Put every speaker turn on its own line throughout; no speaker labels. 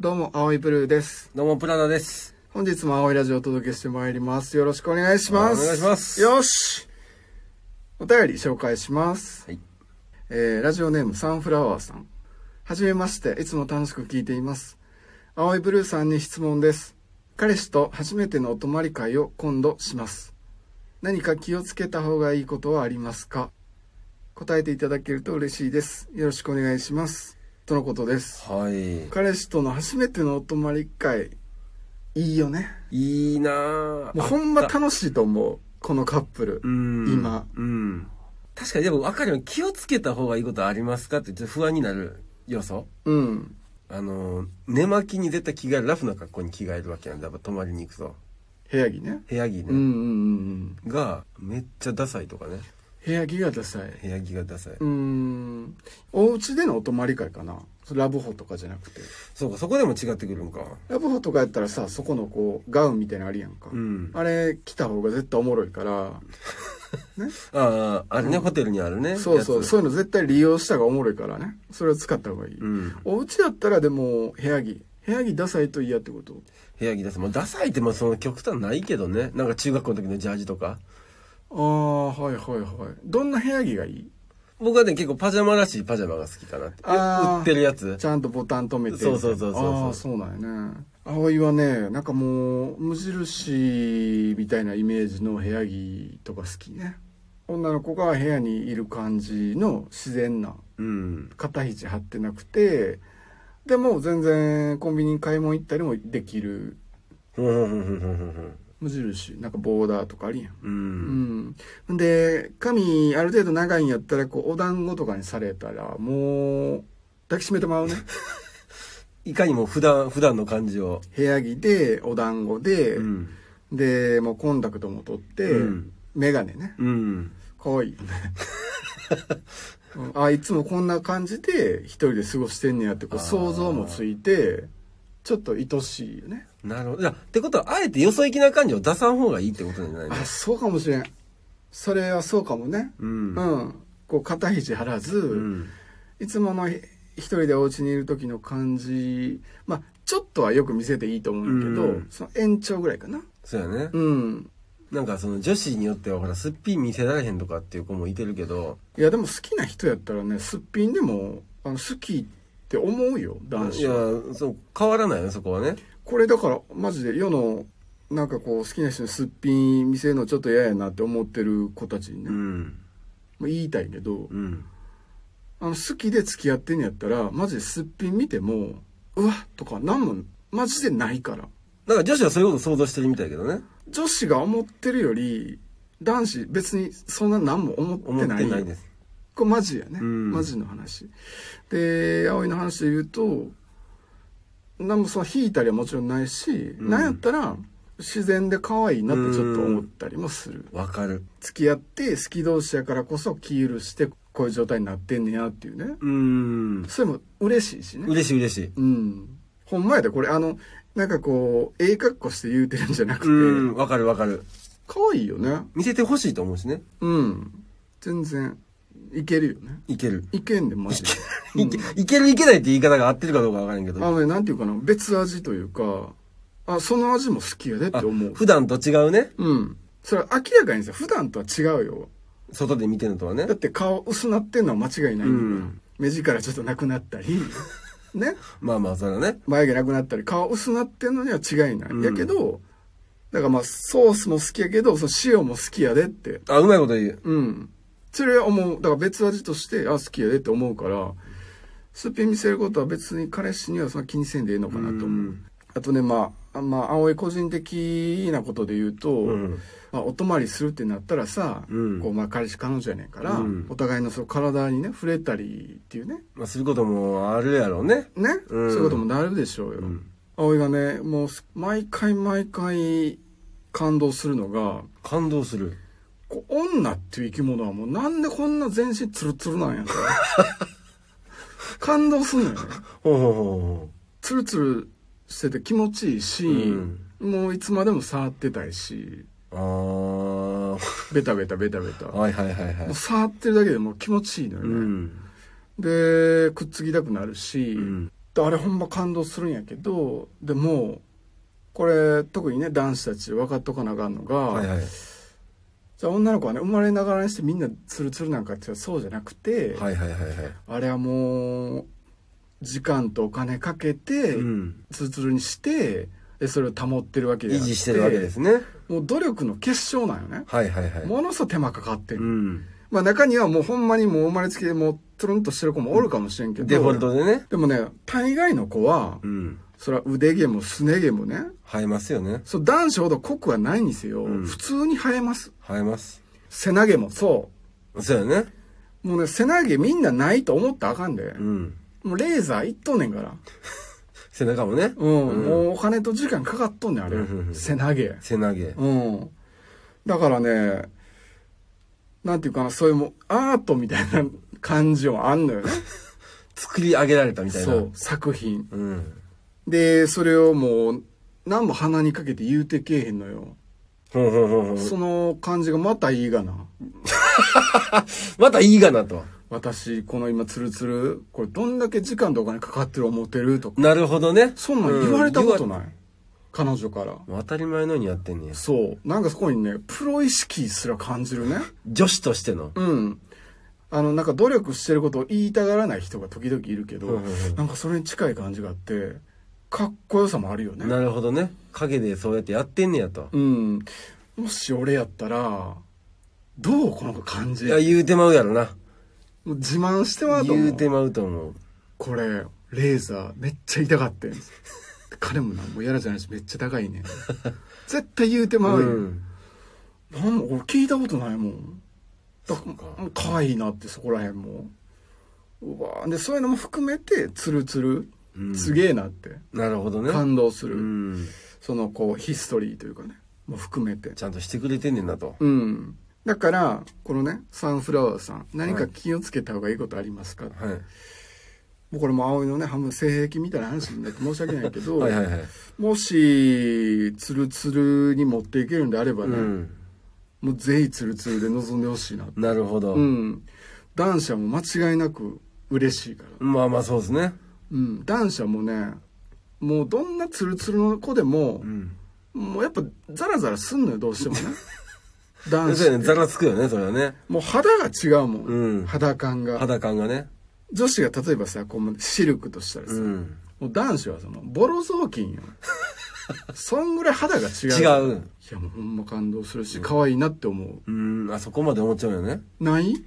どうも、青いブルーです。
どうも、プラダです。
本日も青いラジオをお届けしてまいります。よろしくお願いします。
お願いします
よしお便り紹介します。
はい。
えー、ラジオネームサンフラワーさん。はじめまして、いつも楽しく聞いています。青いブルーさんに質問です。彼氏と初めてのお泊まり会を今度します。何か気をつけた方がいいことはありますか答えていただけると嬉しいです。よろしくお願いします。とのことです。
は
彼氏との初めてのお泊まり会、いいよね。
い。いいなぁ。
もうほんま
あった
楽しいと思う。このカップル
う。ん。
今。
うん。確かにでも、赤ちゃん気をつけた方がいいことありますかって、ちょっと不安になる要素
うん。
あのー、寝巻きに絶対着替える、ラフな格好に着替えるわけなんだ。やっぱ泊まりに行くと。
部屋着ね。
部屋着ね。
うんうんうんうん。
が、めっちゃダサいとかね。
部屋着がダサい。
部屋着がダサい。
うーん。お家でのお泊まり会かな。それラブホとかじゃなくて。
そうか、そこでも違ってくるんか。
ラブホとかやったらさ、そこのこう、ガウンみたいなのあるやんか。
うん。
あれ、来た方が絶対おもろいから。
ああ、あれね、ホテルにあるね。
そうそ
や
う。
つ
そういうの絶対利用した方がおもろいからね。それを使った方がいい。
うん。
お家やったらでも、部屋着。部屋着ダサいと嫌ってこと
部屋着ダサい。もうダサいって、まあその極端ないけどね。なんか中学校の時のジャージとか。
ああ、はいはいはい。どんな部屋着がいい
僕はね、結構パジャマらしいパジャマが好きかなって。
あー
売ってるやつ
ち。ゃんとボタン止めて。
そうそうそうそうそう
ああ、そうなんやね。葵はね、なんかもう、無印みたいなイメージの部屋着とか好きね。女の子が部屋にいる感じの自然な、
うん。
肩肘張ってなくて、でも全然コンビニに買い物行ったりもできる。
ふんふんふんふんふんふん
無印、なんかボーダーとかあるやん。
う。
うんん。んで、髪ある程度長いんやったら、こう、お団子とかにされたら、もう、抱きしめてまう ね。
いかにも普段、普段の感じを。
部屋着で、お団子で、
うん。
で、もうコンタクトも取って、
うん
メガネね。
うん。
かわいい よね。うんあ、いつもこんな感じで、一人で過ごしてんねやって、こう、
あー
想像もついて、ちょっと愛しいよね。
なるほど。いやってことは、あえてよそ行きな感じを出さん方がいいってことじゃないの
あ、そうかもしれん。それはそうかもね。
うん。
う。ん。こう、肩肘張らず、
うん。
いつものひ一人でお家にいる時の感じ、まあ、ちょっとはよく見せていいと思うんだけど、
うん
その延長ぐらいかな。
そうやね
う。ん。
なんかその女子によっては、ほら、すっぴん見せられへんとかっていう子もいてるけど、
いや、でも好きな人やったらね、すっぴんでも、あの、好きって思うよ、男
い
子
や
は。、
そう、変わらないよ、そこはね。
これだから、マジで世の、なんかこう、好きな人にすっぴん見せるのちょっと嫌やなって思ってる子たちにね、
う
ま
ん。
あ言いたいけど、
うん。
あの、好きで付き合ってんやったら、マジですっぴん見ても、うわとか、なんも、マジでないから。
なんか女子はそういうこと想像してるみたいやけどね。
女子が思ってるより男子別にそんな何も思っ
思ってて
ない
ないです。
これマジやね、
うん
マジの話で葵の話で言うと何もその引いたりはもちろんないし、
うん
なんやったら自然で可愛いなってちょっと思ったりもする、
わかる。
付き合って好き同士やからこそ気許してこういう状態になってんねやっていうね
うん。
それも嬉しいしね
嬉しい嬉しい。
うんほんまやでこれあのなんかこうええ格好して言うてるんじゃなくて、
うん、わかるわかる。
可愛いよね
見せてほしいと思うしね。
うん。全然、いけるよね。
いける。
いけんで、マジで。
いけいけるいけないって言い方が合ってるかどうかわからんけ
あ
ど。
のね、なんていうかな、別味というか、あ、その味も好きやでって
あ
思う。
普段と違うね。
うん。それは明らかにさ、普段とは違うよ。
外で見てるのとはね
だっ。て顔薄なってんのは間違いない、
うん
目力ちょっとなくなった り、ね。
まあまあ、それはね。
眉毛なくなったり、顔薄なってんのには違いない。
うん
やけど、だからまあ、ソースも好きやけど、その塩も好きやでって。
あ、うまいこと言う。
うん。それは思う。だから別味として、あ、好きやでって思うから、すっぴん見せることは別に彼氏にはそんな気にせんでいいのかなと
う。
思うんあとね、まあ、あまあ、葵個人的なことで言うと、
うん。
まあ、お泊まりするってなったらさ、
うん
こう、まあ、彼氏彼女やねんから、
うん
お互いのその体にね、触れたりっていうね、
まあ、することもあるやろうね。
ね、
うん
そういうこともなるでしょうよ。
うん。
葵がね、もう、毎回毎回感動するのが、
感動する。
こう女っていう生き物はもうなんでこんな全身ツルツル なんやと感動すんのよね
ほうほうほうほ
ツルツルしてて気持ちいいし、
うん
もういつまでも触ってたいし
う。あ
ベタベタベタベタ
ー。
も。
はいはいはいはいう
触ってるだけでもう気持ちいいのよ
う
ね、
ん。
でくっつきたくなるし、
うん。
とあれほんま感動するんやけどでもこれ特にね男子たち分かっとかなあかんのが、
はいはい。
じゃあ女の子はね生まれながらにしてみんなツルツルなんかってそうじゃなくて、
はいはいはいはい。
あれはもう時間とお金かけて、
うん。
ツルツルにしてでそれを保ってるわけで
維持してるわけですすね。
もう努力の結晶なんよね
はいはいはい。
ものすごい手間かかってる、
うん。
まあ中にはもうほんまにもう生まれつきでもうトゥルンとしてる子もおるかもしれんけど、
デフォルトでね。
でもね大概の子は、
うん。
それは腕毛もすね毛もね
生えますよね。
そう男子ほど濃くはないにせよ、
うん
普通に生えます
生えます。
背投げもそ
そうよね。
うもうね背投げみんなないと思ったらあかんで、
うん。
もうレーザーいっとんねんから
背中もね。
うん、
うん
もうお金と時間かかっとんねんあれ、
うんうんうん
背投げ
背投げ。
うんだからねなんていうかなそういうもうアートみたいな感じもあんのよね
作り上げられたみたいな。
そう。作品
うん。
でそれをもう何も鼻にかけて言うてけえへんのよ、
ほんほんほんほん。
その感じがまたいいがな
またいいがなと。
私この今ツルツルこれどんだけ時間とお金かかってる思ってるとか
なるほどね。
そんなん言われたこと
い。
ない、彼女から
言わ当たり前のようにやってんねや
そうなんかそこにねプロ意識すら感じるね
女子としての。
うんあのなんか努力してることを言いたがらない人が時々いるけど、
うんうんうん
なんかそれに近い感じがあってかっこよさもあるよね
なるほどね。影でそうやってやってんねやと。
うんもし俺やったらどうこの感じ
いや、言うてまうやろな。
もう自慢してはと思う
言うてまうと思う。
これレーザーめっちゃ痛かってん彼もなんもやらじゃないしめっちゃ高いねん絶対言うてまうよ、
うん。
なんも俺聞いたことないもんだ
そっか
かかわいいなってそこらへんもうわーでそういうのも含めてツルツル、
うん
すげえなって
なるほどね。
感動す
う
る、
ん。
そのこうヒストリーというかねも含めて
ちゃんとしてくれてんねんなと。
うんだからこのねサンフラワーさん何か気をつけた方がいいことありますか、
はい。
もうこれも葵のね半分性癖みたいな話になって申 し訳ないけど
はいはいはい。
もしツルツルに持っていけるんであれば
う
ね、
ん。
もうぜひツルツルで臨んでほしいなって
なるほど。
うん男子はもう間違いなく嬉しいから、
まあまあそうですね。
うん、男子はもうねもうどんなツルツルの子でも
う、ん。
もうやっぱザラザラすんのよどうしてもね男
そ
子
うや
っ
ね。
て
ざらつくよね、それはね。
もう肌が違うもん、
うん
肌感が
肌感がね。
女子が例えばさこうシルクとしたらさ、
うん。
もう男子はそのボロ雑巾 よそんぐらい肌が違う
違う。
いやもうほんま感動するし可愛いなって思う
うん。あそこまで思っちゃうよね。
ない
い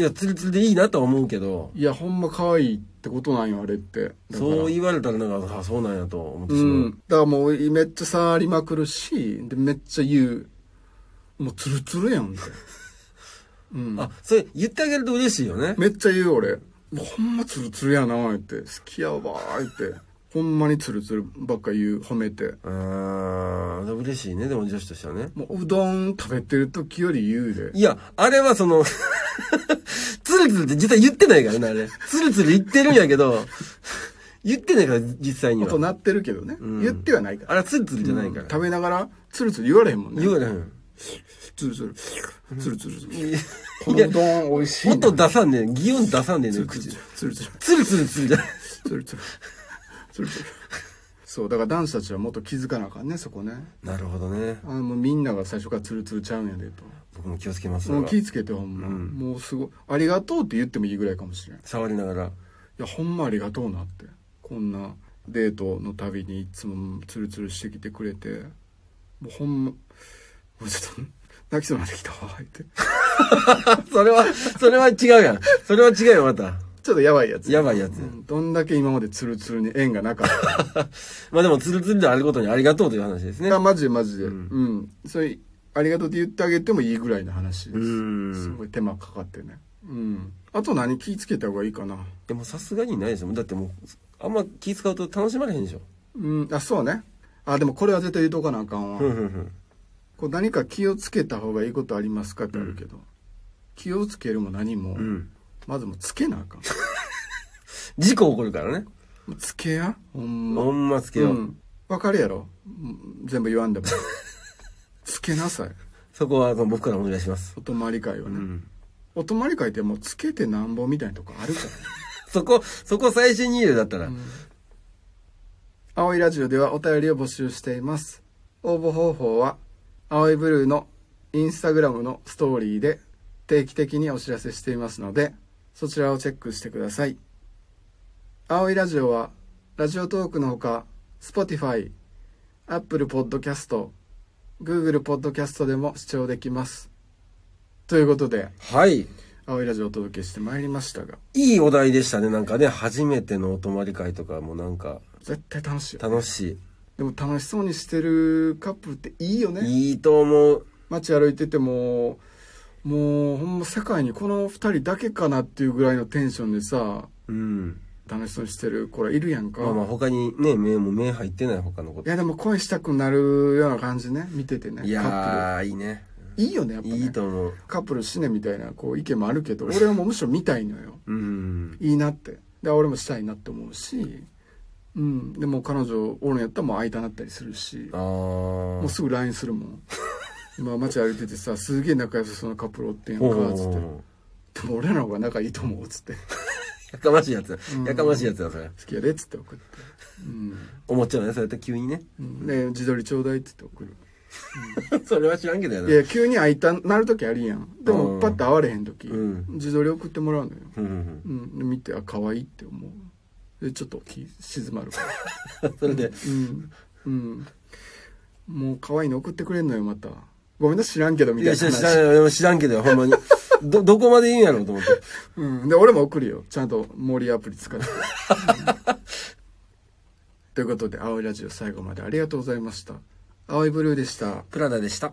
や、つりつりでいいなとは思うけど、
いやほんま可愛いってことなんよあれってだから
そう言われたらなんか、あ、そうなんやと思ってしまう。
うん、だからもうめっちゃ触りまくるしでめっちゃ言うもうツルツルやんって、うん、
あ、それ言ってあげると嬉しいよね。
めっちゃ言う俺もうほんまツルツルやな言って好きやわ言ってほんまにツルツルばっか言う褒めて
うーん、嬉しいね、でも女子としてはね。
もううどん食べてる時より言うで
いや、あれはその、 つるつるって実は言ってないからね、あれ。つるつる言ってるんやけど、 言ってないから、実際に
音
は。
鳴ってるけどね、
うん
言ってはないから
あれはつるつるじゃないか
食
ら。
べながらツルツル言われへんもんね
言われへん。
ツルツルツルツルツル
いや
このうどん美味しいね
音出さんねん、擬音出さんねんね、
ツル
口
ツ。ルツル
つるつるつるじゃない。
それそれそれそれそうだから男子たちはもっと気づかなあかんねそこね
なるほどね
あ。もうみんなが最初からツルツルちゃうんやでと
僕も気をつけます。
もう
そ
気
れ
ぃ
は
つけてほんま、
うん
もうすごい「ありがとう」って言ってもいいぐらいかもしれんい
触りながら。
やほんまありがとうなってこんなデートの度にいつもツルツルしてきてくれてもうほんまもうちょっと泣きそうになってきたわって
それは、それは違うやん。それは違うよ、また。
ちょっとやばいやつ
やばいやつ
う。んどんだけ今までツルツルに縁がなかったか
まあでも、つるつるであることにありがとうという話ですね。
あマジでマジでう
うんん、
それありがとうって言ってあげてもいいぐらいの話です、
うん
すごい手間かかってねうんあと何気ぃつけた方がいいかな
でもさすがにないでしょ。だってもう、あんま気使うと楽しまれへんでしょ。
うんあそうねあでもこれは絶対言うとかなあかんわ、
ふんふんふん。
こう何か気をつけた方がいいことありますかってあるけど、気をつけるも何も、
うん。
まずもうつけなあかん
事故起こるからね。
もうつけやほんま
ほんまつけよう。
ん、わかるやろうん全部言わんでもつけなさい
そこは僕からお願いします。
お泊まり会は
う
ね、
ん。
お泊まり会ってもうつけてなんぼみたいなとこあるからね
そこ、そこ最初に言うよだったら、
青いラジオではお便りを募集しています。応募方法は、青いブルーのインスタグラムのストーリーで定期的にお知らせしていますので、そちらをチェックしてください。青いラジオは、ラジオトークのほか、Spotify、Apple Podcast、Google Podcast でも視聴できます。ということで、
はい。
青いラジオをお届けしてまいりましたが、
いいお題でしたね。なんかね、初めてのお泊まり会とかもなんか
絶対楽しいよ。
楽し
でも楽しそうにしてるカップルっていいよね。
い。いいと思う。
街歩いててももうほんま世界にこの2人だけかなっていうぐらいのテンションでさ
うん。
楽しそうにしてる子らいるやんか、
まあまあ他にね、目も目入ってない他のこ
い
と。
やでも恋したくなるような感じね見ててねカッ
いやー、いいね。
プルいいよねやっぱね
いいと思う。
カップル死ねみたいなこう意見もあるけど俺はもうむしろ見たいのよ
うん。
いいなってで俺もしたいなって思うしうんでも彼女おるんやったらもう会いたなったりするし
あ
もう
ー。
すぐ LINE するも ん今街歩いててさすげえ仲良さそうなカップルおってんやんかつって
おー
でも俺らの方が仲いいと思うっつ って
やかましいやつや。やかましいやつだ、それ。
好きやでっつって送って、うん
思っちゃうね、そうやって急にね。
うん、で自撮りちょうだいっつって送る
それは知らんけどや
い
な。
や急に会いたなる時ありやんで
う
も
ん
パッと会われへん時、
うん
自撮り送ってもらうのよ、
うんうん
うん、で見てあ可愛いって思うでちょっと気静まるから
うん。それで、
うん、うん、もう可愛いの送ってくれんのよまたごめんな知らんけどみ
い
たい
や、
な
知らん、
話
知らん俺も知らんけどよ、ほんまに。ど、 どこまでいいんやろうと思って。
うん、で俺も送るよちゃんとモーリーアプリ使って、うんということで「青いラジオ」最後までありがとうございました青いブルーでした
プラダでした。